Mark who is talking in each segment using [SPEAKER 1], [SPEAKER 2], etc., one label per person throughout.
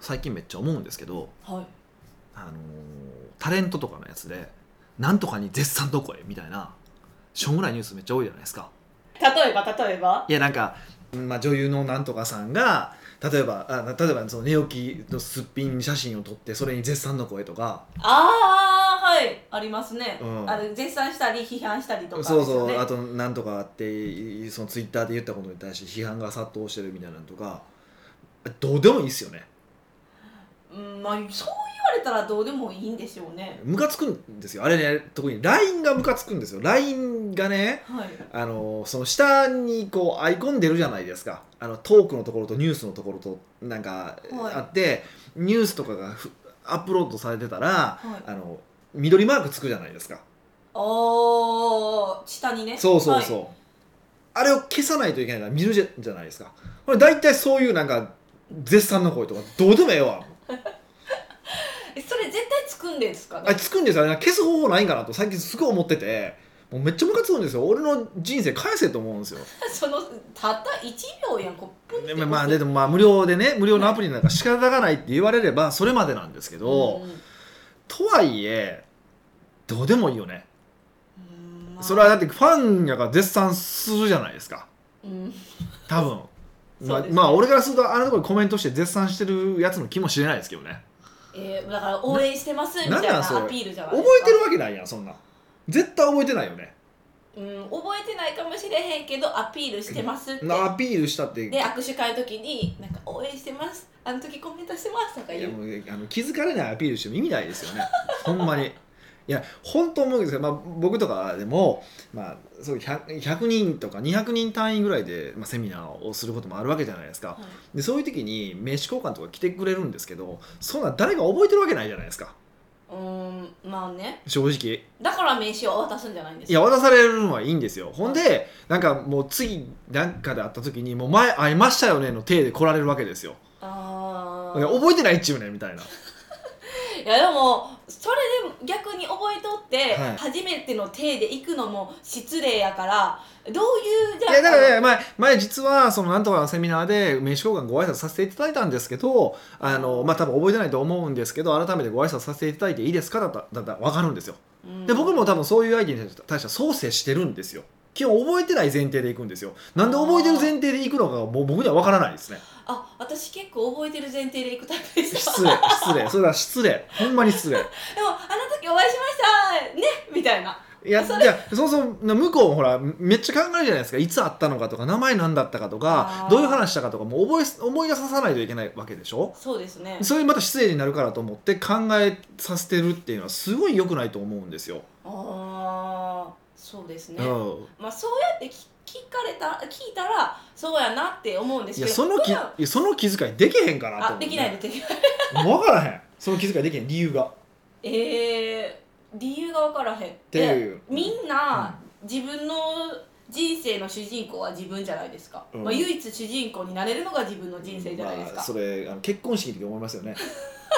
[SPEAKER 1] 最近めっちゃ思うんですけど、
[SPEAKER 2] はい
[SPEAKER 1] あのータレントとかのやつで「なんとかに絶賛どこへ」みたいなしょうもないニュースめっちゃ多いじゃないですか。
[SPEAKER 2] 例えば例えば
[SPEAKER 1] いやなんか、まあ、女優のなんとかさんが例えばあ例えばその寝起きのすっぴん写真を撮ってそれに絶賛の声とか
[SPEAKER 2] ああはいありますね、
[SPEAKER 1] うん
[SPEAKER 2] あれ絶賛したり批判したりとかです
[SPEAKER 1] そう
[SPEAKER 2] よ、ね、
[SPEAKER 1] そうあとなんとかってそのツイッターで言ったことに対して批判が殺到してるみたいなのとかどうでもいいっすよね
[SPEAKER 2] うんまあそう言われたらどうでもいいんでしょうね
[SPEAKER 1] ムカつくんですよあれね特に LINE がムカつくんですよ LINE がね
[SPEAKER 2] はい
[SPEAKER 1] あのその下にこうアイコン出るじゃないですかあのトークのところとニュースのところとなんか
[SPEAKER 2] はい
[SPEAKER 1] あって、ニュースとかがふアップロードされてたら
[SPEAKER 2] はい
[SPEAKER 1] あの緑マークつくじゃないですか
[SPEAKER 2] おー下にね
[SPEAKER 1] そうそうそう、
[SPEAKER 2] はい
[SPEAKER 1] あれを消さないといけないから見るじゃじゃないですかこれ大体そういうなんか絶賛の声とかどうでもええわ
[SPEAKER 2] えそれ絶対つくんですか
[SPEAKER 1] あ
[SPEAKER 2] ね
[SPEAKER 1] つくんですよね消す方法ないんかなと最近すごい思っててもうめっちゃムカつくんですよ俺の人生返せと思うんですよ
[SPEAKER 2] そのたった1秒やんこうプンって
[SPEAKER 1] で
[SPEAKER 2] 押す
[SPEAKER 1] まあでもまあ無料でね無料のアプリなんか仕方がないって言われればそれまでなんですけど、
[SPEAKER 2] うん
[SPEAKER 1] とはいえどうでもいいよね
[SPEAKER 2] うんまあ
[SPEAKER 1] それはだってファンやから絶賛するじゃないですか
[SPEAKER 2] うん
[SPEAKER 1] 多分、
[SPEAKER 2] そ
[SPEAKER 1] ま
[SPEAKER 2] う
[SPEAKER 1] あ
[SPEAKER 2] ですね
[SPEAKER 1] まあ俺からするとあのところにコメントして絶賛してるやつの気もしれないですけどね
[SPEAKER 2] えーだから応援してますみたい
[SPEAKER 1] なんなんそれ
[SPEAKER 2] なアピールじゃない
[SPEAKER 1] 覚
[SPEAKER 2] です
[SPEAKER 1] え
[SPEAKER 2] か
[SPEAKER 1] てるわけないやんそんなん絶対覚えてないよね
[SPEAKER 2] うん、覚えてないかもしれへんけどアピールしてますって
[SPEAKER 1] なアピールしたって
[SPEAKER 2] で握手会の時になんか応援してますあの時コメントしてますとか
[SPEAKER 1] い
[SPEAKER 2] 言
[SPEAKER 1] や
[SPEAKER 2] う
[SPEAKER 1] もうあの気づかれないアピールしても意味ないです よねほんまにいや本当思うんですけど、まあ、僕とかでも、まあ、そう 100, 100人とか200人単位ぐらいで、まあ、セミナーをすることもあるわけじゃないですか
[SPEAKER 2] はい
[SPEAKER 1] でそういう時に名刺交換とか来てくれるんですけどそんなん誰が覚えてるわけないじゃないですか
[SPEAKER 2] うーんまあね
[SPEAKER 1] 正直
[SPEAKER 2] だから名刺を渡すんじゃないんです
[SPEAKER 1] い
[SPEAKER 2] か
[SPEAKER 1] や渡されるのはいいんですよほんでなんかもう次なんかで会った時に「もう前会いましたよね」の体で来られるわけですよ
[SPEAKER 2] あ
[SPEAKER 1] いや
[SPEAKER 2] ー
[SPEAKER 1] 覚えてないっちゅうねんみたいない
[SPEAKER 2] やでもそれで逆に覚えとって、
[SPEAKER 1] はい
[SPEAKER 2] 初めての体で行くのも失礼やからどういうじゃ
[SPEAKER 1] い
[SPEAKER 2] あ
[SPEAKER 1] やだからね前前実はそのなんとかのセミナーで名刺交換ご挨拶させていただいたんですけどあのまあ多分覚えてないと思うんですけど改めてご挨拶させていただいていいですかだっただったら分かるんですよ
[SPEAKER 2] うん
[SPEAKER 1] で僕も多分そういう相手に対してはそう接してるんですよ基本覚えてない前提でいくんですよなんで覚えてる前提でいくのかがもう僕には分からないですね
[SPEAKER 2] あ私結構覚えてる前提で行くタイプでした
[SPEAKER 1] 失礼失礼それは失礼ほんまに失礼
[SPEAKER 2] でもあの時お会いしましたねみたいない
[SPEAKER 1] や
[SPEAKER 2] そ
[SPEAKER 1] じゃそもそも向こうもほらめっちゃ考えるじゃないですかいつ会ったのかとか名前何だったかとか
[SPEAKER 2] あー
[SPEAKER 1] どういう話したかとかもう覚えす思い出ささないといけないわけでしょ
[SPEAKER 2] そうですね
[SPEAKER 1] それまた失礼になるからと思って考えさせてるっていうのはすごい良くないと思うんですよ。
[SPEAKER 2] ああそうですね、
[SPEAKER 1] うん
[SPEAKER 2] まあそうやって聞聞かれた聞いたらそうやなって思うんです
[SPEAKER 1] い
[SPEAKER 2] け
[SPEAKER 1] や
[SPEAKER 2] ど
[SPEAKER 1] そのき
[SPEAKER 2] 普
[SPEAKER 1] い
[SPEAKER 2] 段
[SPEAKER 1] やその気遣いできへんかなと思
[SPEAKER 2] あ
[SPEAKER 1] う
[SPEAKER 2] できないのできない
[SPEAKER 1] 分からへんその気遣いできへん理由がっ
[SPEAKER 2] えー、理由が分からへんって
[SPEAKER 1] いう
[SPEAKER 2] みんな、自分の人生の主人公は自分じゃないですか、
[SPEAKER 1] うん
[SPEAKER 2] まあ、唯一主人公になれるのが自分の人生じゃないですか、
[SPEAKER 1] まあ、それあの結婚式の時思いますよね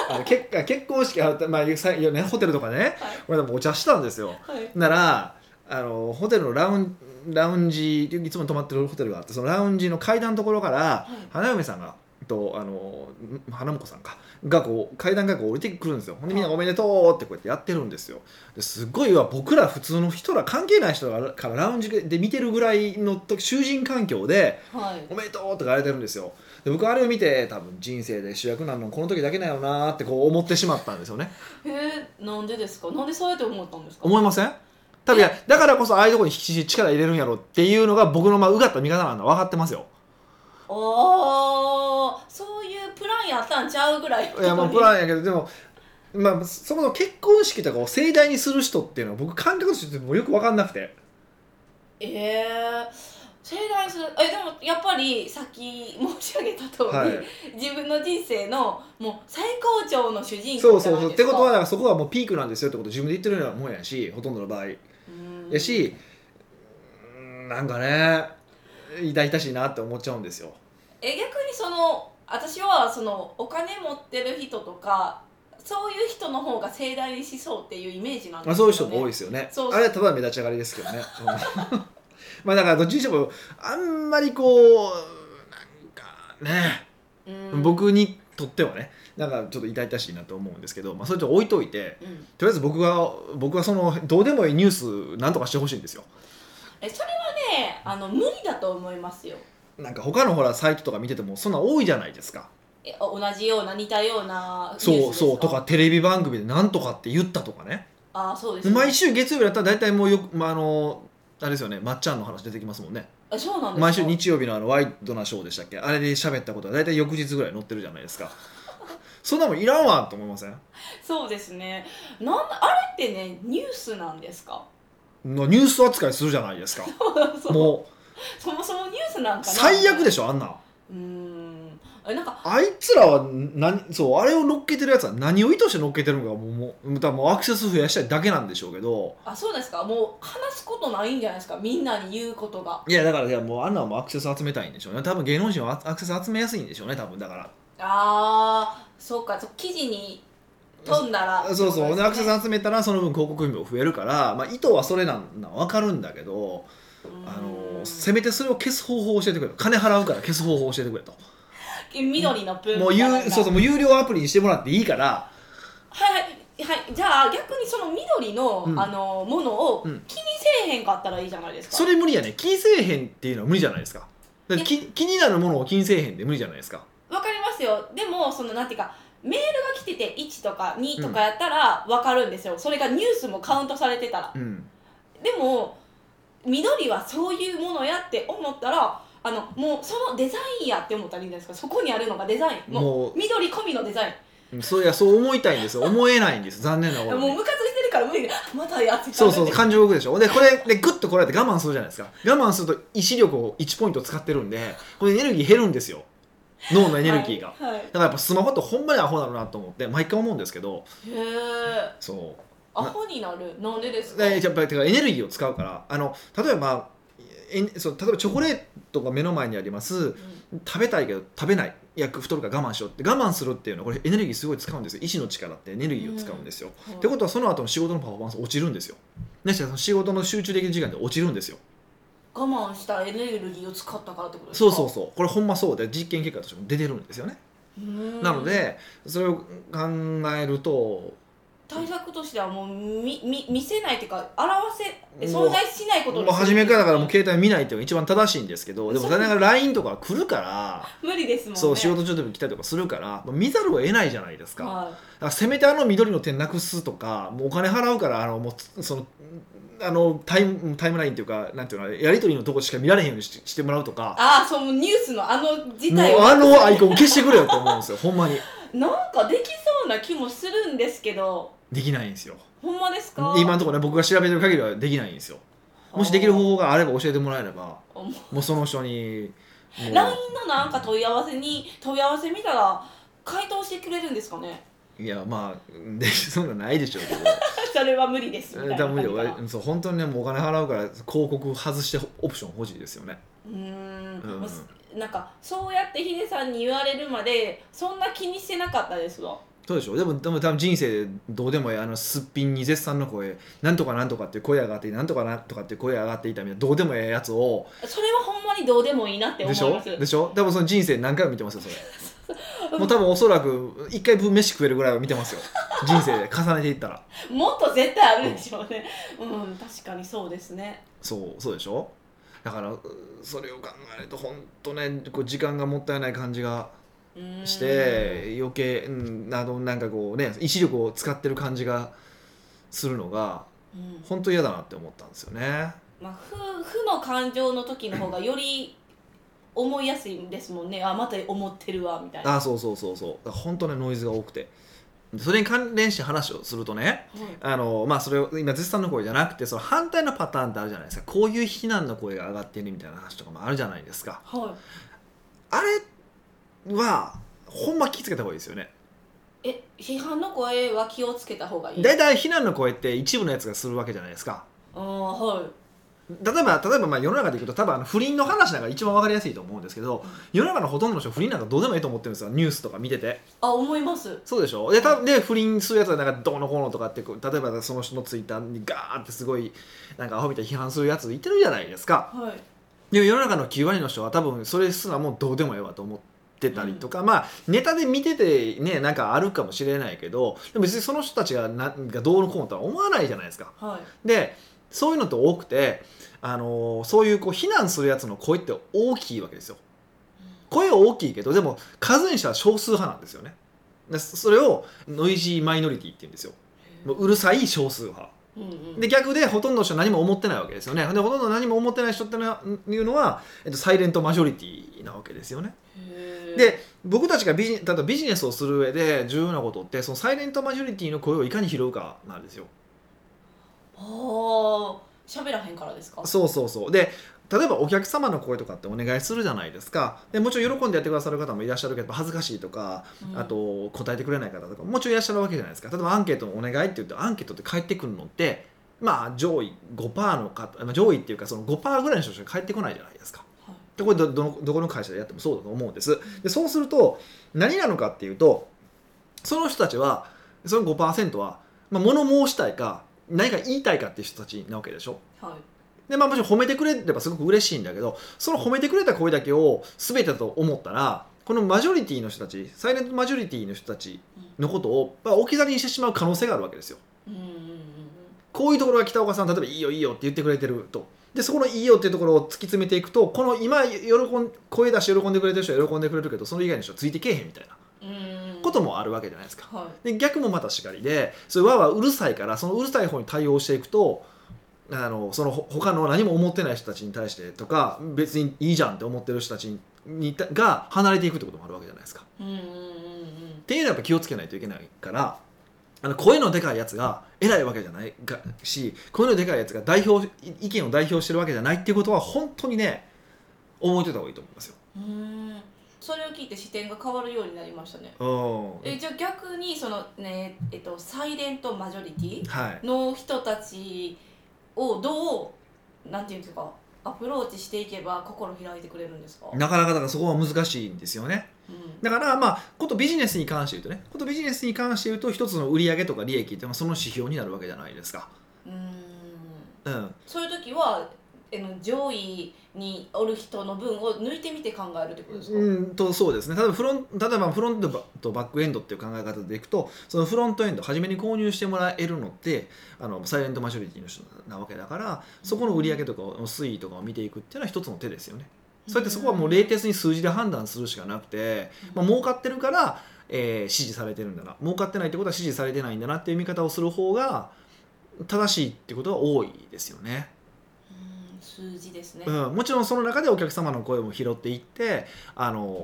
[SPEAKER 1] あの結あ結婚式あ、まあさよね、ホテルとかね俺でもお茶したんですよ
[SPEAKER 2] はい、はい、
[SPEAKER 1] ならあのホテルのラウンラウンジいつも泊まってるホテルがあってそのラウンジの階段のところから、花嫁さんがとあのん花婿さんかがこう階段がこう降りてくるんですよほんでみんな「おめでとう」ってこうやってやってるんですよですごいわ僕ら普通の人ら関係ない人らからラウンジで見てるぐらいのと囚人環境で「
[SPEAKER 2] はい
[SPEAKER 1] おめでとう」とか言われてるんですよで僕あれを見て多分人生で主役なのこの時だけだよなーってこう思ってしまったんですよね
[SPEAKER 2] えー、なんでですかなんでそうやって思ったんですか
[SPEAKER 1] 思いません多分いやだからこそああいうとこに力入れるんやろっていうのが僕のまあうがった見方なんだ分かってますよ
[SPEAKER 2] おーそういうプランやったんちゃうぐらい
[SPEAKER 1] いやまあプ
[SPEAKER 2] ン
[SPEAKER 1] ランやけどでもまあそもそも結婚式とかを盛大にする人っていうのは僕感覚としてもうよく分かんなくて
[SPEAKER 2] えー、盛大にするえでもやっぱりさっき申し上げた通り、
[SPEAKER 1] はい
[SPEAKER 2] 自分の人生のもう最高潮の主人
[SPEAKER 1] そ
[SPEAKER 2] 公
[SPEAKER 1] う
[SPEAKER 2] じ
[SPEAKER 1] そ
[SPEAKER 2] ゃ
[SPEAKER 1] う
[SPEAKER 2] な
[SPEAKER 1] そ
[SPEAKER 2] いう
[SPEAKER 1] って
[SPEAKER 2] です
[SPEAKER 1] こ
[SPEAKER 2] か
[SPEAKER 1] とはだからそこがもうピークなんですよってことを自分で言ってるようなもんやしほとんどの場合
[SPEAKER 2] うん
[SPEAKER 1] やしうーんなんかね痛々しいなって思っちゃうんですよ
[SPEAKER 2] え逆にその私はそのお金持ってる人とかそういう人の方が盛大にしそうっていうイメージなん
[SPEAKER 1] ま
[SPEAKER 2] で
[SPEAKER 1] あ、
[SPEAKER 2] す
[SPEAKER 1] そうい
[SPEAKER 2] よね
[SPEAKER 1] う人も多いですよね
[SPEAKER 2] そう
[SPEAKER 1] あれはただの目立ち上がりですけどねうん まあだからどっちにしてもあんまりこうなんかね
[SPEAKER 2] うん
[SPEAKER 1] 僕にとってはねなんかちょっと痛々しいなと思うんですけど、まあ、それちょっと置いといて
[SPEAKER 2] うん、
[SPEAKER 1] とりあえず僕は僕はそのどうでもいいニュースなんとかしてほしいんですよ
[SPEAKER 2] えそれはねあの無理だと思いますよ
[SPEAKER 1] なんか他のほらサイトとか見ててもそんなん多いじゃないですか
[SPEAKER 2] えお同じような似たようなニュースです
[SPEAKER 1] そうそうとかテレビ番組でなんとかって言ったとかね
[SPEAKER 2] あそうです、
[SPEAKER 1] 毎週月曜日だったら大体もうよく、まあ、あのあれですよねまっちゃんの話出てきますもんね
[SPEAKER 2] あそうなんですか
[SPEAKER 1] 毎週日曜日のあのワイドなショーでしたっけあれで喋ったことは大体翌日ぐらい載ってるじゃないですかそんなもんいらんわと思いません
[SPEAKER 2] そうですねなんあれってねニュースなんですか
[SPEAKER 1] のニュース扱いするじゃないですか
[SPEAKER 2] そう
[SPEAKER 1] もう
[SPEAKER 2] そもそもニュースなんかな
[SPEAKER 1] 最悪で
[SPEAKER 2] し
[SPEAKER 1] しょあんなん
[SPEAKER 2] うーんえなんか
[SPEAKER 1] あいつらは何そうあれを乗っけてるやつは何を意図して乗っけてるのかもうもう多分もうアクセス増やしたいだけなんでしょうけど
[SPEAKER 2] あそうですかもう話すことないんじゃないですかみんなに言うことが
[SPEAKER 1] いやだからいやもうあんなはもうアクセス集めたいんでしょうね多分芸能人はアクセス集めやすいんでしょうね多分だから
[SPEAKER 2] あーそうかそう記事に飛んだら
[SPEAKER 1] そうそう、で
[SPEAKER 2] ね
[SPEAKER 1] アクセス集めたらその分広告費も増えるから、まあ、意図はそれなんな分かるんだけど、あのせめてそれを消す方法を教えてくれと金払うから消す方法を教えてくれと
[SPEAKER 2] 緑のプーン
[SPEAKER 1] もう
[SPEAKER 2] み
[SPEAKER 1] ゆ
[SPEAKER 2] たいなの
[SPEAKER 1] う
[SPEAKER 2] が
[SPEAKER 1] そうそうもう有料アプリにしてもらっていいから
[SPEAKER 2] はいはいはいじゃあ逆にその緑の、
[SPEAKER 1] うん
[SPEAKER 2] あのものを
[SPEAKER 1] うん
[SPEAKER 2] 気にせえへんかったらいいじゃないですか、
[SPEAKER 1] それ無理やね気にせえへんっていうのは無理じゃないですかだってき気になるものを気にせえへんって無理じゃないですか
[SPEAKER 2] わかりますよでもそのなんていうかメールが来てて1とか2とかやったらわかるんですよ、それがニュースもカウントされてたら
[SPEAKER 1] うん
[SPEAKER 2] でも緑はそういうものやって思ったらあのもうそのデザインやって思ったらいいんじゃないですかそこにあるのがデザインもう
[SPEAKER 1] も
[SPEAKER 2] 緑込みのデザイン
[SPEAKER 1] うそういやそう思いたいんですよ思えないんです残念なこ
[SPEAKER 2] も
[SPEAKER 1] と
[SPEAKER 2] う
[SPEAKER 1] に
[SPEAKER 2] ムカついてるから無理であまたやってた
[SPEAKER 1] そうそう感情動くでしょでこれでグッとこられて我慢するじゃないですか我慢すると意志力を1ポイント使ってるんでこれエネルギー減るんですよ脳のエ
[SPEAKER 2] エ
[SPEAKER 1] ネルギーが、
[SPEAKER 2] はい、は
[SPEAKER 1] だ
[SPEAKER 2] い
[SPEAKER 1] からやっぱスマホってほんまにアホなのなと思って毎回思うんですけど
[SPEAKER 2] へえ
[SPEAKER 1] そ
[SPEAKER 2] アホになるなんでです
[SPEAKER 1] う
[SPEAKER 2] か
[SPEAKER 1] でやっぱりてかエネルギーを使うからあの例えばえそう例えばチョコレートが目の前にあります
[SPEAKER 2] う
[SPEAKER 1] 食べたいけど食べないいや太るから我慢しようって我慢するっていうのはこれエネルギーすごい使うんですよ意志の力ってエネルギーを使うんですよ、
[SPEAKER 2] ん
[SPEAKER 1] ってことはその後の仕事のパフォーマンス落ちるんですよ。ね、その仕事の集中できる時間で落ちるんですよ。
[SPEAKER 2] 我慢したエネルギーを使ったからってことです
[SPEAKER 1] そ
[SPEAKER 2] か
[SPEAKER 1] うそうそう。これほんまそうで実験結果としても出てるんですよね。
[SPEAKER 2] うーん
[SPEAKER 1] なのでそれを考えると
[SPEAKER 2] 対策としてはもうみみ見せないっていうか表せ
[SPEAKER 1] もう
[SPEAKER 2] 存在しないこと
[SPEAKER 1] も
[SPEAKER 2] に
[SPEAKER 1] う初めからだからもう
[SPEAKER 2] する
[SPEAKER 1] 携帯見ないっていうのが一番正しいんですけどでも
[SPEAKER 2] そう
[SPEAKER 1] 残念ながら LINE とか来るから。
[SPEAKER 2] 無理ですもんね
[SPEAKER 1] そう仕事中でも来たりとかするからまあ見ざるを得ないじゃないですか,、
[SPEAKER 2] は
[SPEAKER 1] だからせめてあの緑の点なくすとかもうお金払うからあのもうそのあのタイムタイムラインっていうかなんていうのやり取りのとこしか見られへんようにししてもらうとか
[SPEAKER 2] い、ああそうもうニュースのあの事
[SPEAKER 1] も
[SPEAKER 2] 態
[SPEAKER 1] う
[SPEAKER 2] を
[SPEAKER 1] あのアイコン消してくれよと思うんですよほんまに
[SPEAKER 2] なんかできそうな気もするんですけど
[SPEAKER 1] できないんですよ
[SPEAKER 2] ほんまですか
[SPEAKER 1] 今のところね僕が調べてる限りはできないんですよもしできる方法があれば教えてもらえれば
[SPEAKER 2] あーも
[SPEAKER 1] もうその人にも
[SPEAKER 2] う
[SPEAKER 1] う
[SPEAKER 2] LINE のなんか問い合わせに問い合わせ見たら回答してくれるんですか ね
[SPEAKER 1] いやまあでそんなんないでしょうけど
[SPEAKER 2] それは無理ですみたい
[SPEAKER 1] え
[SPEAKER 2] な
[SPEAKER 1] 多分無理
[SPEAKER 2] 感じかな
[SPEAKER 1] よそう本当にねもうお金払うから広告外してオプション欲しいですよね
[SPEAKER 2] うーん
[SPEAKER 1] うん
[SPEAKER 2] もうすなんかそうやってヒデさんに言われるまでそんな気にしてなかったですわ
[SPEAKER 1] そうでしょうでもでも多分人生でどうでもいいあのすっぴんに絶賛の声なんとかなんとかっていう声上がっていいなんとかなんとかっていう声上がっていたみたいなどうでもええやつを
[SPEAKER 2] それはほんまにどうでもいいなって思
[SPEAKER 1] で
[SPEAKER 2] い
[SPEAKER 1] しょ
[SPEAKER 2] ます
[SPEAKER 1] でしょ多分その人生何回も見てますよそれもう多分おそらく一回分飯食えるぐらいは見てますよ人生で重ねていったら
[SPEAKER 2] もっと絶対あるでしょうねうん確かにそうですね
[SPEAKER 1] そうそうでしょだからうそれを考えると本当ねこう時間がもったいない感じが
[SPEAKER 2] うーん
[SPEAKER 1] して余計、うん、あのなんかこうね意志力を使ってる感じがするのが
[SPEAKER 2] うん
[SPEAKER 1] 本当嫌だなって思ったんですよね
[SPEAKER 2] まあ負負の感情の時の方がより思いやすいですもんねあまた思ってるわみたいな、は
[SPEAKER 1] あそうそうそうそうだから本当ねノイズが多くてそれに関連して話をするとね、
[SPEAKER 2] い
[SPEAKER 1] あのまあそれを今絶賛の声じゃなくてその反対のパターンってあるじゃないですかこういう非難の声が上がっているみたいな話とかもあるじゃないですか
[SPEAKER 2] は
[SPEAKER 1] あれはほんま気をつけた方がいいですよね
[SPEAKER 2] い、え批判の声は気をつけた方がいい
[SPEAKER 1] 大体非難の声って一部のやつがするわけじゃないですか
[SPEAKER 2] あーは
[SPEAKER 1] 例えば例えばまあ世の中でいくと多分あの不倫の話なんか一番わかりやすいと思うんですけど世の中のほとんどの人不倫なんかどうでもいいと思ってるんですよニュースとか見てて
[SPEAKER 2] いあ思います
[SPEAKER 1] そうでしょでたで不倫するやつはなんかどうのこうのとかってこう例えばその人のツイッターにガーってすごいなんかアホみたいに批判するやついてるじゃないですか
[SPEAKER 2] はい
[SPEAKER 1] でも世の中の9割の人は多分それすらもうどうでもええわと思っってたりとか、まあネタで見ててねなんかあるかもしれないけどでも別にその人たちがなんかどうのこうのとは思わないじゃないですか。
[SPEAKER 2] はい
[SPEAKER 1] でそういうのと多くて、あのーそういうこう非難するやつの声って大きいわけですよ。声は大きいけどでも数にしたら少数派なんですよね。でそれをノイジーマイノリティって言うんですよ。もううるさい少数派。
[SPEAKER 2] うんうん
[SPEAKER 1] で逆でほとんどの人は何も思ってないわけですよねでほとんど何も思ってない人ってのはいうのは、えっと、サイレントマジョリティなわけですよね。
[SPEAKER 2] へー
[SPEAKER 1] で僕たちがビジ例えばビジネスをする上で重要なことってそのサイレントマジョリティの声をいかに拾うかなんですよ。
[SPEAKER 2] ああ喋らへんからですか
[SPEAKER 1] そうそうそうで例えばお客様の声とかってお願いするじゃないですかでもちろん喜んでやってくださる方もいらっしゃるけど恥ずかしいとか
[SPEAKER 2] うん
[SPEAKER 1] あと答えてくれない方とかもちろんいらっしゃるわけじゃないですか例えばアンケートのお願いって言ってアンケートって返ってくるのってまあ上位5%の方まあ上位っていうかその5%ぐらいの人しか返ってこないじゃないですか。
[SPEAKER 2] はい
[SPEAKER 1] でこれどどのどこの会社でやってもそうだと思うんですでそうすると何なのかっていうとその人たちはその5%は、まあ、物申したいか何か言いたいかっていう人たちなわけでしょ
[SPEAKER 2] はい
[SPEAKER 1] でまあもちろん褒めてくれればすごく嬉しいんだけどその褒めてくれた声だけを全てだと思ったらこのマジョリティの人たちサイレントマジョリティの人たちのことをまあ置き去りにしてしまう可能性があるわけですよ。
[SPEAKER 2] うんうんうんうん
[SPEAKER 1] こういうところが北岡さん例えば「いいよいいよ」って言ってくれてると。でそこの「いいよ」っていうところを突き詰めていくとこの今喜ん声出して喜んでくれてる人は喜んでくれるけどその以外の人はついてけえへんみたいな
[SPEAKER 2] うんうん
[SPEAKER 1] こともあるわけじゃないですか。
[SPEAKER 2] は
[SPEAKER 1] で逆もまたしかりでそれわーわーうるさいからそのうるさい方に対応していくとあのそのほ他の何も思ってない人たちに対してとか別にいいじゃんって思ってる人たちににたが離れていくってこともあるわけじゃないですか。
[SPEAKER 2] いうんうんうんうん
[SPEAKER 1] っていうのはやっぱ気をつけないといけないからあの声のでかいやつが偉いわけじゃないがし声のでかいやつが代表い意見を代表してるわけじゃないっていうことは本当にね思いといた方がいいと思いますよ。
[SPEAKER 2] うーんそれを聞いて視点が変わるようになりましたね
[SPEAKER 1] うん
[SPEAKER 2] えじゃあ逆にそのねえっとサイレントマジョリティ
[SPEAKER 1] はい、
[SPEAKER 2] の人たちをどうなんていうんですかアプローチしていけば心開いてくれるんですか、うん、
[SPEAKER 1] なかなかだからそこは難しいんですよね。だからまあことビジネスに関して言うとねことビジネスに関して言うと一つの売上とか利益っていうのはその指標になるわけじゃないですか。
[SPEAKER 2] うーん
[SPEAKER 1] うん、
[SPEAKER 2] そういう時はえの上位におる人の分を抜いてみて考えるってことですか、
[SPEAKER 1] うんとそうですね例えばフロン例えばフロントとバックエンドっていう考え方でいくとそのフロントエンド初めに購入してもらえるのってあのサイレントマジョリティの人なわけだからそこの売上とかの推移とかを見ていくっていうのは一つの手ですよね。そうやってそこはもう冷徹に数字で判断するしかなくて、まあ、儲かってるから、えー支持されてるんだな儲かってないってことは支持されてないんだなっていう見方をする方が正しいってことは多いですよね、
[SPEAKER 2] うん数字ですね、
[SPEAKER 1] うん、もちろんその中でお客様の声も拾っていってあの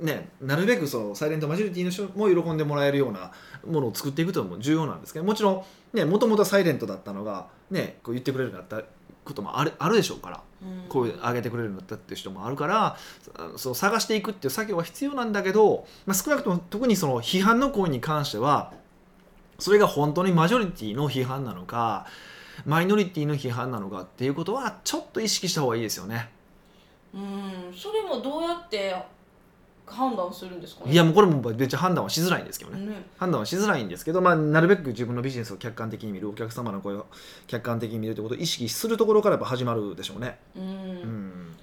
[SPEAKER 1] ーね、なるべくそのサイレントマジョリティの人も喜んでもらえるようなものを作っていくというのも重要なんですけどもちろんねもともとサイレントだったのが、ね、こう言ってくれるようになったこともあるあるでしょうから。
[SPEAKER 2] うん
[SPEAKER 1] 声上げてくれるようになったっていう人もあるからあそう探していくっていう作業は必要なんだけど、まあ、少なくとも特にその批判の声に関してはそれが本当にマジョリティの批判なのかマイノリティの批判なのかっていうことはちょっと意識した方がいいですよね。
[SPEAKER 2] うんそれもどうやって判断するんですかね
[SPEAKER 1] いやもうこれも別に判断はしづらいんですけどね。
[SPEAKER 2] ね
[SPEAKER 1] 判断はしづらいんですけど、まあ、なるべく自分のビジネスを客観的に見るお客様の声を客観的に見るってことを意識するところからやっぱ始まるでしょうね。
[SPEAKER 2] うん、
[SPEAKER 1] うん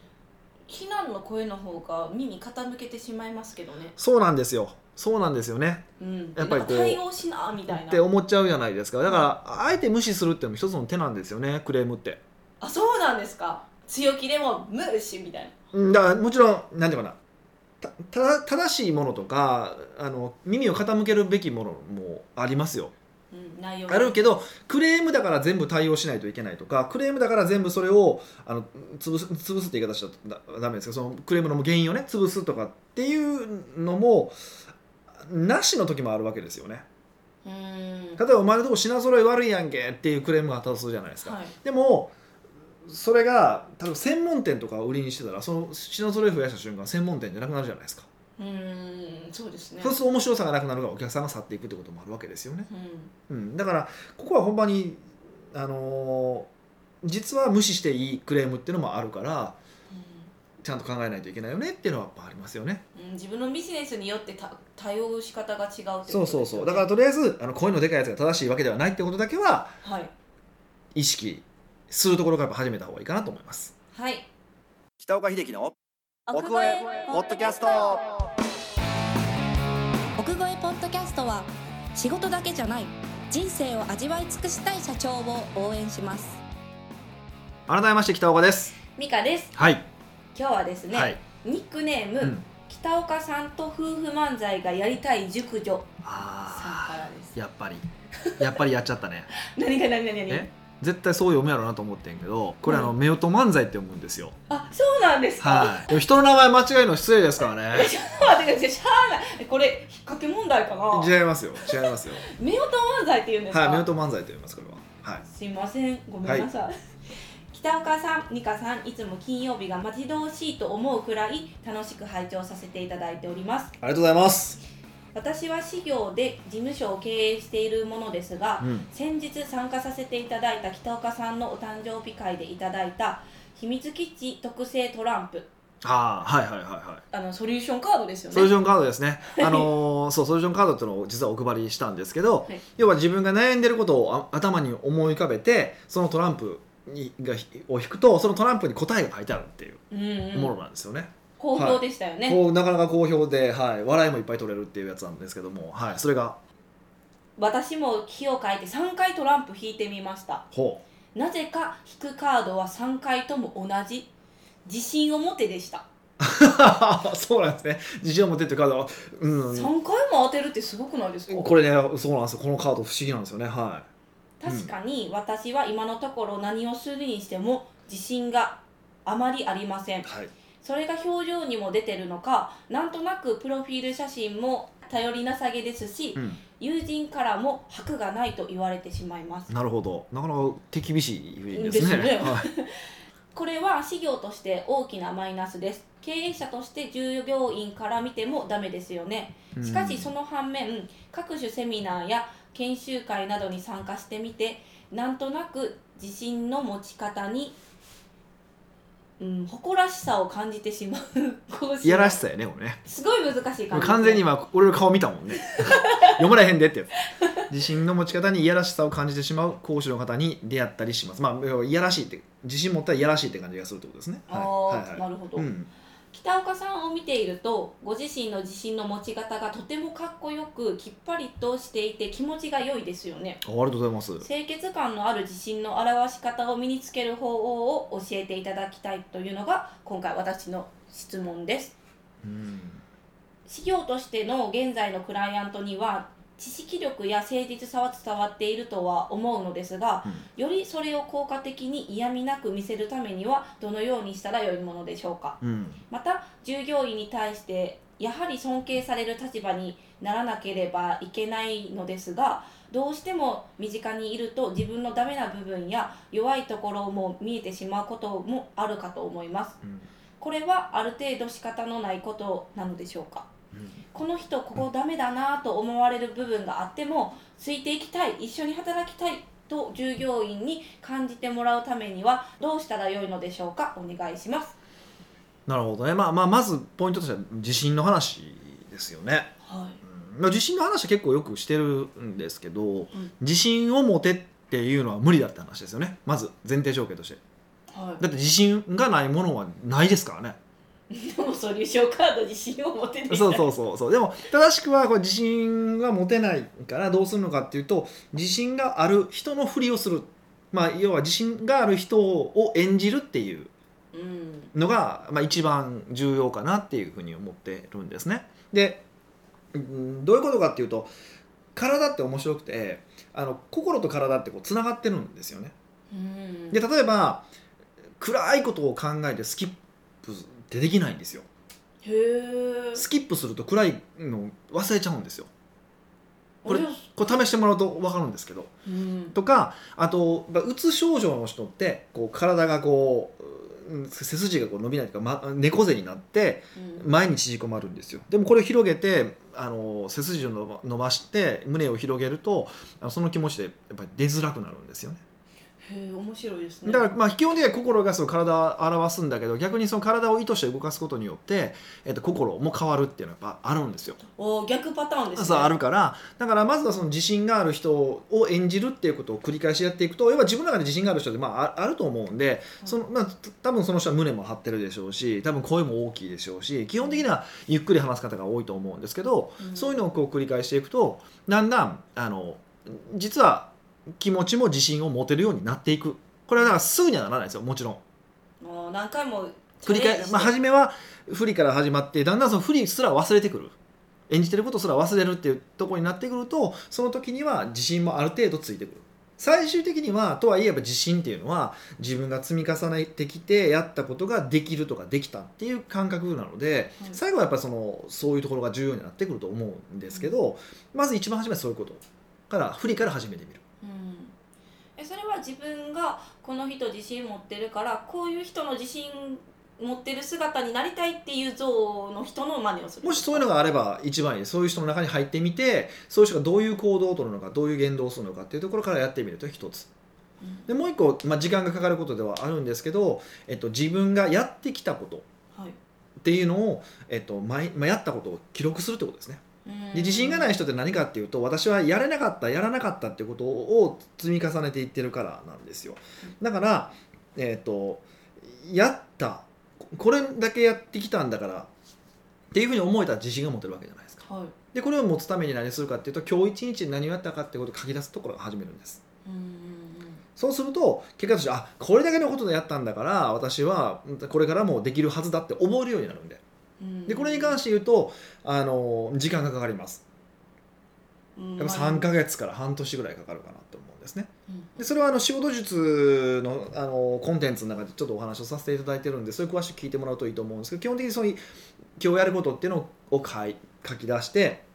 [SPEAKER 2] 非難の声の方が耳傾けてしまいますけどね、
[SPEAKER 1] そうなんですよそうなんですよね。
[SPEAKER 2] うん、
[SPEAKER 1] やっぱり
[SPEAKER 2] なん
[SPEAKER 1] こ
[SPEAKER 2] か
[SPEAKER 1] う
[SPEAKER 2] 対応しなみたい
[SPEAKER 1] っ
[SPEAKER 2] な
[SPEAKER 1] て思っちゃうじゃないですかだからあえて無視するっていうのも一つの手なんですよねクレームって
[SPEAKER 2] あそうなんですか強気でも無視みたいな
[SPEAKER 1] うんだからもちろん何て言うかなたただ正しいものとかあの耳を傾けるべきものもありますよ
[SPEAKER 2] うん内容
[SPEAKER 1] あるけどクレームだから全部対応しないといけないとかクレームだから全部それをあの潰す潰すって言い方しちゃだダメですけどそのクレームの原因をね潰すとかっていうのもなしの時もあるわけですよね
[SPEAKER 2] うー
[SPEAKER 1] 例え
[SPEAKER 2] ん
[SPEAKER 1] ばお前のとこ品揃え悪いやんけっていうクレームがあったとするじゃないですか、
[SPEAKER 2] はい
[SPEAKER 1] でもそれが例えば専門店とかを売りにしてたらその品揃え増やした瞬間専門店じゃなくなるじゃないですか、
[SPEAKER 2] うーんそうですね
[SPEAKER 1] そうすると面白さがなくなるからお客さんが去っていくってこともあるわけですよね、
[SPEAKER 2] うん
[SPEAKER 1] うん、だからここはほんまにあのー実は無視していいクレームっていうのもあるからちゃんと考えないといけないよねっていうのはやっぱありますよね
[SPEAKER 2] うんうん自分のビジネスによってた対応仕方が違うってことですよ
[SPEAKER 1] そ
[SPEAKER 2] ね
[SPEAKER 1] うそうそうだからとりあえずあの声のでかいやつが正しいわけではないってことだけは
[SPEAKER 2] はい
[SPEAKER 1] 意識するところからやっぱ始めた方がいいかなと思います
[SPEAKER 2] はい
[SPEAKER 1] 北岡秀樹の
[SPEAKER 2] 奥
[SPEAKER 1] 越えポッドキャスト
[SPEAKER 3] 仕事だけじゃない人生を味わい尽くしたい社長を応援します
[SPEAKER 1] 改めまして北岡です
[SPEAKER 2] ミカです
[SPEAKER 1] はい、
[SPEAKER 2] 今日はですね、
[SPEAKER 1] はい、
[SPEAKER 2] ニックネーム、
[SPEAKER 1] うん、
[SPEAKER 2] 北岡さんと夫婦漫才がやりたい熟女さんか
[SPEAKER 1] あ
[SPEAKER 2] らです
[SPEAKER 1] ーやっぱりやっぱりやっちゃった ね
[SPEAKER 2] 何が何が何が
[SPEAKER 1] え絶対そう読むやろうなと思ってんけどこれあの、
[SPEAKER 2] う
[SPEAKER 1] 夫婦漫才って読むんですよ
[SPEAKER 2] あそうなんですか、
[SPEAKER 1] はいでも人の名前間違えるの失礼ですからね
[SPEAKER 2] 待ってくださいしゃ あないこれ引っ掛け問題かな夫 婦
[SPEAKER 1] 違いますよ違いますよ
[SPEAKER 2] 漫才って言うんですか、
[SPEAKER 1] はい夫婦漫才と言いますこれははい
[SPEAKER 2] すいませんごめんなさい、北岡さん、美香さん、いつも金曜日が待ち遠しいと思うくらい楽しく拝聴させていただいております
[SPEAKER 1] ありがとうございます、
[SPEAKER 2] 私は私業で事務所を経営しているものですが、
[SPEAKER 1] うん、
[SPEAKER 2] 先日参加させていただいた北岡さんのお誕生日会でいただいた秘密基地特製トランプ
[SPEAKER 1] ああはいはいはいはい
[SPEAKER 2] あのソリューションカードですよ
[SPEAKER 1] ソリュー
[SPEAKER 2] ね
[SPEAKER 1] ションカードですね。あのーそうソリューションカードっていうのを実はお配りしたんですけど、
[SPEAKER 2] はい
[SPEAKER 1] 要は自分が悩んでることをあ頭に思い浮かべてそのトランプにがひを引くとそのトランプに答えが書いてあるっていう
[SPEAKER 2] うん
[SPEAKER 1] も
[SPEAKER 2] う
[SPEAKER 1] の
[SPEAKER 2] ん
[SPEAKER 1] なんですよね。
[SPEAKER 2] 好評でしたよね、
[SPEAKER 1] こうなかなか好評で、はい、笑いもいっぱい取れるっていうやつなんですけども、はい、それが
[SPEAKER 2] 私も気を変えて3回トランプ引いてみました
[SPEAKER 1] ほう
[SPEAKER 2] なぜか引くカードは3回とも同じ自信を持てでした、
[SPEAKER 1] そう なんですね自信を持ってっていうカードはうん
[SPEAKER 2] 3回も当てるってすごくないですか
[SPEAKER 1] これねそうなんですよこのカード不思議なんですよねは
[SPEAKER 2] 確かに私は今のところ何をするにしても自信があまりありません
[SPEAKER 1] い、はい、
[SPEAKER 2] それが表情にも出てるのかなんとなくプロフィール写真も頼りなさげですし、
[SPEAKER 1] うん
[SPEAKER 2] 友人からも箔がないと言われてしまいます
[SPEAKER 1] なるほどなかなか手厳しい友人です
[SPEAKER 2] です
[SPEAKER 1] ね
[SPEAKER 2] ね
[SPEAKER 1] はい、
[SPEAKER 2] これは事業として大きなマイナスです経営者として従業員から見てもダメですよねしかしその反面各種セミナーや研修会などに参加してみてなんとなく自信の持ち方に、うん、誇らしさを感じてしまうこうし
[SPEAKER 1] いやらしさやねこれね
[SPEAKER 2] すごい難しい感じですね
[SPEAKER 1] 完全に今俺の顔見たもんね 読まれへんでって自信の持ち方にいやらしさを感じてしまう講師の方に出会ったりしますまあいやらしいって自信持ったらいやらしいって感じがするってことですね
[SPEAKER 2] あ
[SPEAKER 1] はい
[SPEAKER 2] あ、
[SPEAKER 1] はいは
[SPEAKER 2] なるほど、
[SPEAKER 1] いうん
[SPEAKER 2] 北岡さんを見ているとご自身の自信の持ち方がとてもかっこよくきっぱりとしていて気持ちが良いですよね
[SPEAKER 1] あありがとうございます
[SPEAKER 2] 清潔感のある自信の表し方を身につける方法を教えていただきたいというのが今回私の質問です
[SPEAKER 1] うん
[SPEAKER 2] 事業としての現在のクライアントには知識力や誠実さは伝わっているとは思うのですが
[SPEAKER 1] うん
[SPEAKER 2] よりそれを効果的に嫌味なく見せるためにはどのようにしたら良いものでしょうか
[SPEAKER 1] うん
[SPEAKER 2] また従業員に対してやはり尊敬される立場にならなければいけないのですがどうしても身近にいると自分のダメな部分や弱いところも見えてしまうこともあるかと思います
[SPEAKER 1] うん
[SPEAKER 2] これはある程度仕方のないことなのでしょうかこの人ここダメだなと思われる部分があってもついていきたい一緒に働きたいと従業員に感じてもらうためにはどうしたらよいのでしょうかお願いします
[SPEAKER 1] なるほどね、まあ、まあまずポイントとしては自信の話ですよね、
[SPEAKER 2] は
[SPEAKER 1] うんまあ、自信の話は結構よくしてるんですけど、
[SPEAKER 2] ん
[SPEAKER 1] 自信を持てっていうのは無理だって話ですよねまず前提条件として
[SPEAKER 2] いはい
[SPEAKER 1] だって自信がないものはないですから ね
[SPEAKER 2] でもソリューションカード自信を持てない
[SPEAKER 1] そう
[SPEAKER 2] う
[SPEAKER 1] そうそうそうでも正しくはこれ自信が持てないからどうするのかっていうと自信がある人のふりをするまあ要は自信がある人を演じるっていうんのが、まあ、一番重要かなっていうふうに思ってるんですね。でうんどういうことかっていうと体って面白くてあの心と体ってこうつながってるんですよね。
[SPEAKER 2] うん
[SPEAKER 1] で例えば暗いことを考えてスキップってできないんですよ。
[SPEAKER 2] へえ
[SPEAKER 1] スキップすると暗いの忘れちゃうんですよ。これ
[SPEAKER 2] あじゃあ
[SPEAKER 1] これ試してもらうと分かるんですけど
[SPEAKER 2] うん
[SPEAKER 1] とかあとまあうつ症状の人ってこう体がこううん背筋がこう伸びないというか、ま、猫背になって
[SPEAKER 2] うん
[SPEAKER 1] 前に縮こまるんですよでもこれを広げてあの背筋を伸ば伸ばして胸を広げるとあのその気持ちでやっぱり出づらくなるんですよね
[SPEAKER 2] へえ面白いですね
[SPEAKER 1] だからまあ基本的には心がそう体を表すんだけど逆にその体を意図して動かすことによって、えっと、心も変わるっていうのはやっぱあるんですよ。
[SPEAKER 2] おー逆パターンですね
[SPEAKER 1] そうあるからだからまずはその自信がある人を演じるっていうことを繰り返しやっていくと要は自分の中で自信がある人ってまあああると思うんでその、まあ、た多分その人は胸も張ってるでしょうし多分声も大きいでしょうし基本的にはゆっくり話す方が多いと思うんですけど、
[SPEAKER 2] うん
[SPEAKER 1] そういうのをこう繰り返していくとだんだんあの実は気持ちも自信を持てるようになっていく。これはだからすぐにはならないですよもちろん
[SPEAKER 2] もう何回も
[SPEAKER 1] 繰り返、まあ、初めは不利から始まってだんだんその不利すら忘れてくる演じてることすら忘れるっていうところになってくるとその時には自信もある程度ついてくる最終的にはとはいえやっぱ自信っていうのは自分が積み重ねてきてやったことができるとかできたっていう感覚なので、
[SPEAKER 2] はい
[SPEAKER 1] 最後はやっぱそのそういうところが重要になってくると思うんですけど、まず一番初めはそういうことから不利から始めてみる。
[SPEAKER 2] うんえそれは自分がこの人自信持ってるからこういう人の自信持ってる姿になりたいっていう像の人の真似をする
[SPEAKER 1] もしそういうのがあれば一番いいそういう人の中に入ってみてそういう人がどういう行動をとるのかどういう言動をするのかっていうところからやってみると一つ
[SPEAKER 2] うん
[SPEAKER 1] でもう一個、まあ、時間がかかることではあるんですけど、えっと、自分がやってきたこと
[SPEAKER 2] はい
[SPEAKER 1] っていうのを、えっと、毎まあやったことを記録するってことですね
[SPEAKER 2] うん
[SPEAKER 1] で自信がない人って何かっていうと私はやれなかったやらなかったっていうことを積み重ねていってるからなんですよだからえっ、とやったこれだけやってきたんだからっていうふうに思えたら自信が持てるわけじゃないですか
[SPEAKER 2] はい
[SPEAKER 1] でこれを持つために何するかっていうと今日一日に何をやったかってことを書き出すところが始めるんです
[SPEAKER 2] うんうん
[SPEAKER 1] そうすると結果としてあこれだけのことでやったんだから私はこれからもできるはずだって思えるようになるんで
[SPEAKER 2] うんうん
[SPEAKER 1] でこれに関して言うとあの時間がかかります
[SPEAKER 2] うん
[SPEAKER 1] やっぱ
[SPEAKER 2] まあ
[SPEAKER 1] 3ヶ月から半年ぐらいかかるかなと思うんですね
[SPEAKER 2] うん
[SPEAKER 1] でそれはあの仕事術のあのコンテンツの中でちょっとお話をさせていただいてるんでそれ詳しく聞いてもらうといいと思うんですけど基本的にそういう今日やることっていうのを書い書き出して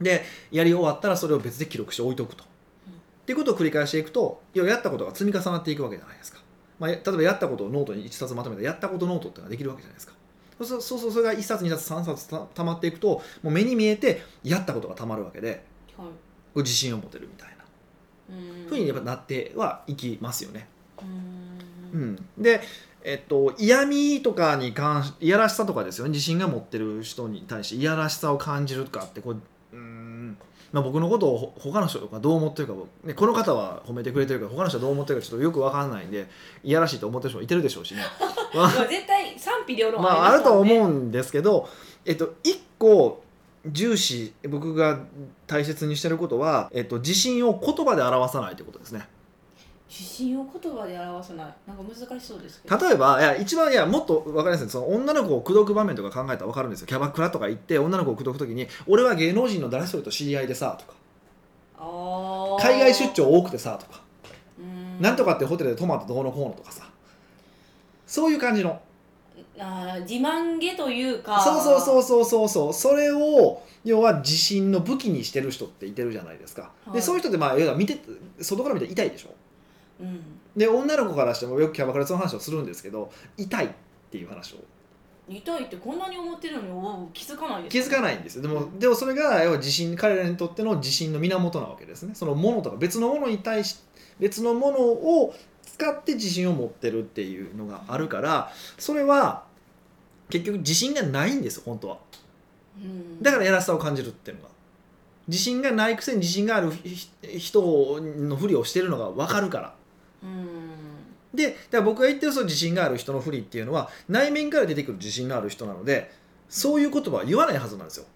[SPEAKER 1] でやり終わったらそれを別で記録して置いとくと。
[SPEAKER 2] うん
[SPEAKER 1] っていうことを繰り返していくと要はやったことが積み重なっていくわけじゃないですか、まあ、や例えばやったことをノートに1冊まとめてやったことノートっていうのができるわけじゃないですかそうそうそうそうそれが1冊2冊3冊たたまっていくともう目に見えてやったことがたまるわけで
[SPEAKER 2] はい
[SPEAKER 1] こう自信を持てるみたいな
[SPEAKER 2] うん
[SPEAKER 1] ふうにやっぱなってはいきますよね。
[SPEAKER 2] うん
[SPEAKER 1] うん、で、えっと、嫌味とかに関しいやらしさとかですよね自信が持ってる人に対していやらしさを感じるとかってこううーん、まあ、僕のことをほ他の人がどう思ってるか、ね、この方は褒めてくれてるけど他の人はどう思ってるかちょっとよく分かんないんでいやらしいと思ってる人もいてるでしょうしね。ま
[SPEAKER 2] まあ絶対賛否両
[SPEAKER 1] あ
[SPEAKER 2] 論
[SPEAKER 1] まあ、あると
[SPEAKER 2] う
[SPEAKER 1] 思うんですけど、えっと、1個重視僕が大切にしてることは、えっと、自信を言葉で表さないということですね。
[SPEAKER 2] 自信を言葉で表さないなんか難しそうですけど
[SPEAKER 1] 例えばいや一番いやもっと分かりやすいその女の子を口説く場面とか考えたら分かるんですよキャバクラとか行って女の子を口説く時に「俺は芸能人の誰それと知り合いでさ」とか
[SPEAKER 2] あ
[SPEAKER 1] 「
[SPEAKER 2] ー
[SPEAKER 1] 海外出張多くてさ」とか
[SPEAKER 2] うん
[SPEAKER 1] 「なんとかってホテルで泊まってどうのこうの」とかさそういう感じの
[SPEAKER 2] あー自慢げというか
[SPEAKER 1] そうそうそうそうそうそうそれを要は自信の武器にしてる人っていてるじゃないですか、
[SPEAKER 2] はい
[SPEAKER 1] でそういう人ってまあ要は見て外から見て痛いでしょ
[SPEAKER 2] う、うん、
[SPEAKER 1] で女の子からしてもよくキャバクラでその話をするんですけど痛いっていう話を
[SPEAKER 2] 痛いってこんなに思ってるのにおう気づかないです
[SPEAKER 1] 気づかないんですよでもでもそれが要は自信彼らにとっての自信の源なわけですねそのものとか別のものに対し別のものを使って自信を持ってるっていうのがあるからそれは結局自信がないんです本当は
[SPEAKER 2] うん、
[SPEAKER 1] だからやらしさを感じるっていうのが自信がないくせに自信があるひ人のふりをしてるのが分かるから
[SPEAKER 2] うん
[SPEAKER 1] でだから僕が言ってるその自信がある人のふりっていうのは内面から出てくる自信のある人なのでそういう言葉は言わないはずなんですよ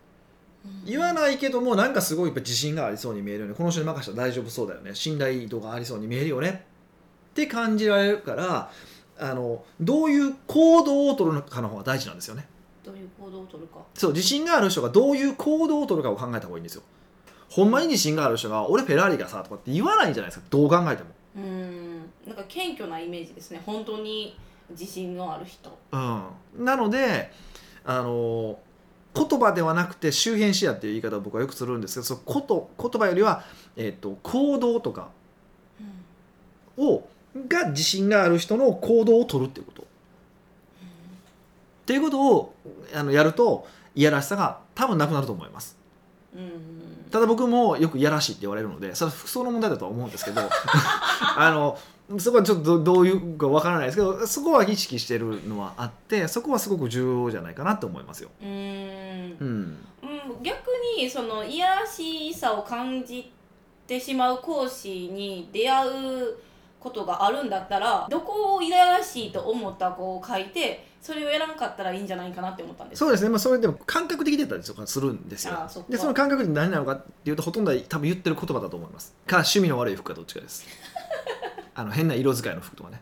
[SPEAKER 1] 言わ
[SPEAKER 2] な
[SPEAKER 1] ないけどもなんかすごいやっぱ自信がありそうに見えるよねこの人に任せたら大丈夫そうだよね信頼度がありそうに見えるよねって感じられるからあのどういう行動を取るのかの方が大事なんですよね
[SPEAKER 2] どういう行動を取るか
[SPEAKER 1] そう自信がある人がどういう行動を取るかを考えた方がいいんですよほんまに自信がある人が「俺フェラーリがさ」とかって言わないじゃないですかどう考えても
[SPEAKER 2] うんなんか謙虚なイメージですね本当に自信のある人
[SPEAKER 1] うん、なのであの言葉ではなくて周辺視野っていう言い方を僕はよくするんですけどそのこと言葉よりは、えっと行動とか
[SPEAKER 2] うん
[SPEAKER 1] をが自信がある人の行動を取るっていうことっていうことをあのやるといやらしさが多分なくなると思います
[SPEAKER 2] うん
[SPEAKER 1] ただ僕もよくいやらしいって言われるのでそれは服装の問題だとは思うんですけ どあのそこはちょっとどどういうかわからないですけどそこは意識してるのはあってそこはすごく重要じゃないかなと思いますよ。
[SPEAKER 2] うんうん
[SPEAKER 1] うん
[SPEAKER 2] 逆にそのいやらしさを感じてしまう講師に出会うことがあるんだったらどこをいやらしいと思った子を書いてそれをやらんかったらいいんじゃないかなって思ったんです
[SPEAKER 1] そうですね、まあ、それでも感覚的だったりとかするんですよ
[SPEAKER 2] あーそっか
[SPEAKER 1] でその感覚って何なのかっていうとほとんどは多分言ってる言葉だと思いますか趣味の悪い服かどっちかですあの変な色使いの服とかね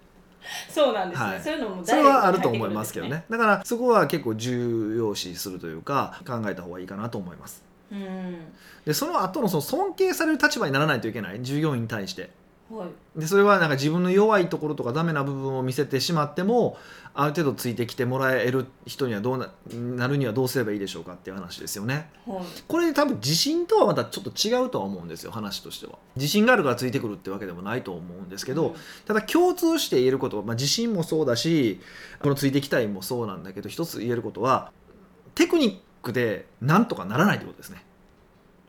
[SPEAKER 2] そうなんですね、
[SPEAKER 1] はい
[SPEAKER 2] そういうのも
[SPEAKER 1] それ
[SPEAKER 2] 誰
[SPEAKER 1] はあると思いますけどねだからそこは結構重要視するというか考えた方がいいかなと思います
[SPEAKER 2] うん
[SPEAKER 1] でその後のその尊敬される立場にならないといけない従業員に対して
[SPEAKER 2] はい
[SPEAKER 1] でそれはなんか自分の弱いところとかダメな部分を見せてしまってもある程度ついてきてもらえる人にはどうななるにはどうすればいいでしょうかっていう話ですよね
[SPEAKER 2] はい
[SPEAKER 1] これ多分自信とはまたちょっと違うとは思うんですよ話としては自信があるからついてくるってわけでもないと思うんですけど、ただ共通して言えることは、まあ、自信もそうだしこのついてきたいもそうなんだけど一つ言えることはテクニックでなんとかならないってことですね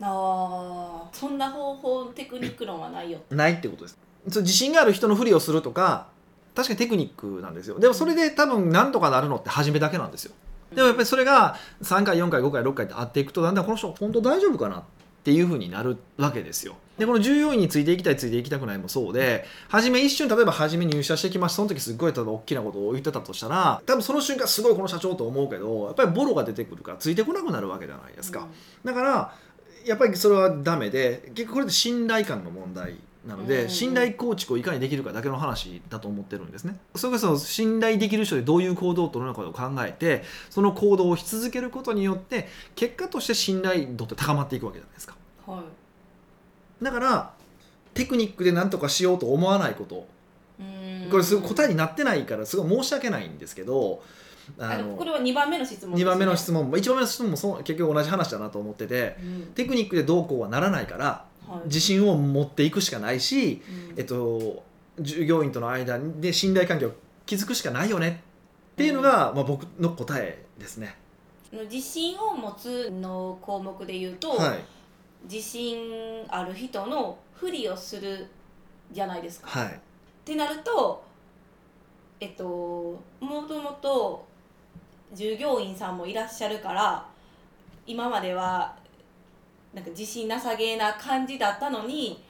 [SPEAKER 2] あーそんな方法テクニック論はないよ
[SPEAKER 1] ないってことですそう自信がある人のふりをするとか確かにテクニックなんですよでもそれで多分なんとかなるのって初めだけなんですよでもやっぱりそれが3回4回5回6回ってあっていくとだんだんこの人本当大丈夫かなっていうふうになるわけですよでこの従業員についていきたいついていきたくないもそうで初め一瞬例えば初め入社してきましたその時すっごい例えば大きなことを言ってたとしたら多分その瞬間すごいこの社長と思うけどやっぱりボロが出てくるからついてこなくなるわけじゃないですか、だからやっぱりそれはダメで結局これって信頼感の問題なので、
[SPEAKER 2] うん
[SPEAKER 1] 信頼構築をいかにできるかだけの話だと思ってるんですねそれこそ信頼できる人でどういう行動を取るのかを考えてその行動をし続けることによって結果として信頼度って高まっていくわけじゃないですか
[SPEAKER 2] うんは
[SPEAKER 1] だからテクニックで何とかしようと思わないこと
[SPEAKER 2] いうん
[SPEAKER 1] これすごい答えになってないからすごい申し訳ないんですけど
[SPEAKER 2] あ
[SPEAKER 1] あ
[SPEAKER 2] でも
[SPEAKER 1] の
[SPEAKER 2] これは2番目の質問
[SPEAKER 1] 2番目の質
[SPEAKER 2] 問、
[SPEAKER 1] 問も1番目の質問もそう結局同じ話だなと思ってて
[SPEAKER 2] うん
[SPEAKER 1] テクニックでどうこうはならないから
[SPEAKER 2] はい
[SPEAKER 1] 自信を持っていくしかないし、
[SPEAKER 2] うん
[SPEAKER 1] えっと、従業員との間で信頼関係を築くしかないよねっていうのが、まあ、僕の答えですね。
[SPEAKER 2] 自信を持つの項目で言うと、
[SPEAKER 1] はい
[SPEAKER 2] 自信ある人のふりをするじゃないですか。っ
[SPEAKER 1] はい
[SPEAKER 2] てなるとえっともともと従業員さんもいらっしゃるから今まではなんか自信なさげな感じだったのに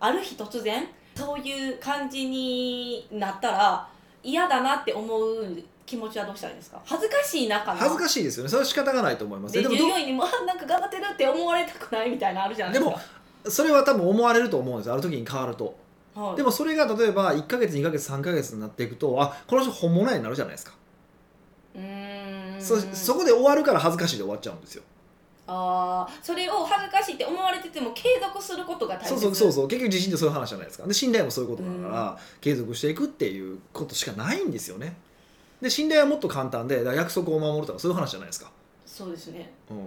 [SPEAKER 2] ある日突然そういう感じになったら嫌だなって思う気持ちはどうしたらいいですか恥ずかしい中の
[SPEAKER 1] 恥ずかしいですよねそれは仕方がないと思います
[SPEAKER 2] で
[SPEAKER 1] でも
[SPEAKER 2] 従
[SPEAKER 1] ど
[SPEAKER 2] 業員にもあなんか頑張ってるって思われたくないみたいなのあるじゃないですか
[SPEAKER 1] それは多分思われると思うんですある時に変わると
[SPEAKER 2] でも、はい
[SPEAKER 1] でもそれが例えば1ヶ月2ヶ月3ヶ月になっていくとあこの人本物になるじゃないですか
[SPEAKER 2] うーん
[SPEAKER 1] そそこで終わるから恥ずかしいで終わっちゃうんですよ
[SPEAKER 2] あーそれを恥ずかしいって思われてても継続することが大切
[SPEAKER 1] そうそうそうそう結局自信ってそういう話じゃないですかで信頼もそういうことだから、継続していくっていうことしかないんですよねで信頼はもっと簡単でだから約束を守るとかそういう話じゃないですか、
[SPEAKER 2] そうですね
[SPEAKER 1] うん、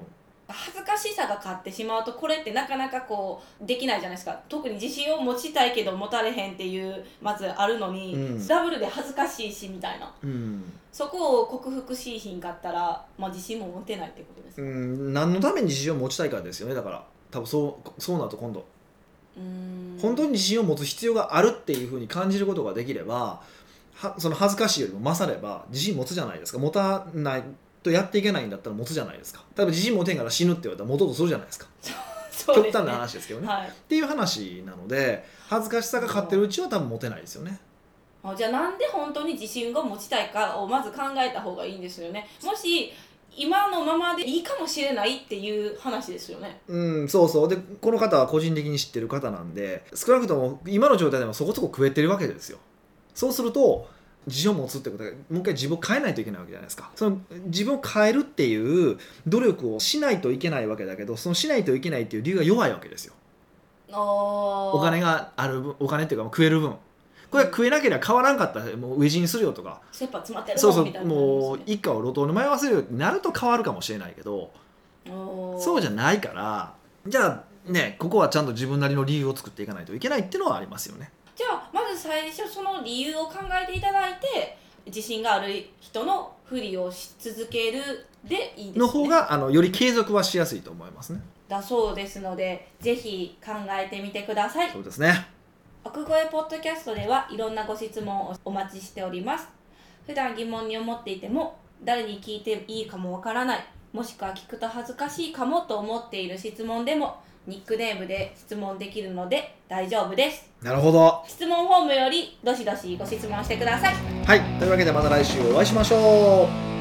[SPEAKER 2] 恥ずかしさが勝ってしまうとこれってなかなかこうできないじゃないですか特に自信を持ちたいけど持たれへんっていうまずあるのに、
[SPEAKER 1] うん
[SPEAKER 2] ダブルで恥ずかしいしみたいな
[SPEAKER 1] うん、
[SPEAKER 2] そこを克服しひんかったら、まあ、自信も持てないってことです
[SPEAKER 1] う
[SPEAKER 2] ね
[SPEAKER 1] ん、何のために自信を持ちたいかですよねだから多分そうそうなると今度
[SPEAKER 2] うーん
[SPEAKER 1] 本当に自信を持つ必要があるっていうふうに感じることができればはその恥ずかしいよりも勝れば自信持つじゃないですか持たないとやっていけないんだったら持つじゃないですか多分自信持てんから死ぬって言われたら持とうとするじゃないですか
[SPEAKER 2] そう
[SPEAKER 1] 極
[SPEAKER 2] ですね
[SPEAKER 1] 端な話ですけどね
[SPEAKER 2] はい
[SPEAKER 1] っていう話なので恥ずかしさが勝ってるうちは多分持てないですよね。
[SPEAKER 2] あじゃあなんで本当に自信が持ちたいかをまず考えた方がいいんですよねもし今のままでいいかもしれないっていう話ですよね
[SPEAKER 1] うん、そうそうでこの方は個人的に知ってる方なんで少なくとも今の状態でもそこそこ食えてるわけですよそうすると自信を持つってことはもう一回自分を変えないといけないわけじゃないですかその自分を変えるっていう努力をしないといけないわけだけどそのしないといけないっていう理由が弱いわけですよ
[SPEAKER 2] お
[SPEAKER 1] お金がある分お金っていうか食える分これは食えなければ変わらんかったらもう飢え死にするよとか
[SPEAKER 2] 切羽詰まってる
[SPEAKER 1] そう
[SPEAKER 2] も
[SPEAKER 1] そ
[SPEAKER 2] んみたいうな
[SPEAKER 1] もう
[SPEAKER 2] 感じ
[SPEAKER 1] 一家を路頭に迷わせるようになると変わるかもしれないけど
[SPEAKER 2] ですねおー
[SPEAKER 1] そうじゃないからじゃあねここはちゃんと自分なりの理由を作っていかないといけないっていうのはありますよね。
[SPEAKER 2] じゃあまず最初その理由を考えていただいて自信がある人のふふりをし続けるでいいです、ね、
[SPEAKER 1] の方があのより継続はしやすいと思いますね。
[SPEAKER 2] だそうですのでぜひ考えてみてください
[SPEAKER 1] そうですね。
[SPEAKER 2] 奥越ポッドキャストではいろんなご質問をお待ちしております普段疑問に思っていても誰に聞いていいかもわからないもしくは聞くと恥ずかしいかもと思っている質問でもニックネームで質問できるので大丈夫です
[SPEAKER 1] なるほど。
[SPEAKER 2] 質問フォームよりどしどしご質問してください
[SPEAKER 1] はい。というわけでまた来週お会いしましょう。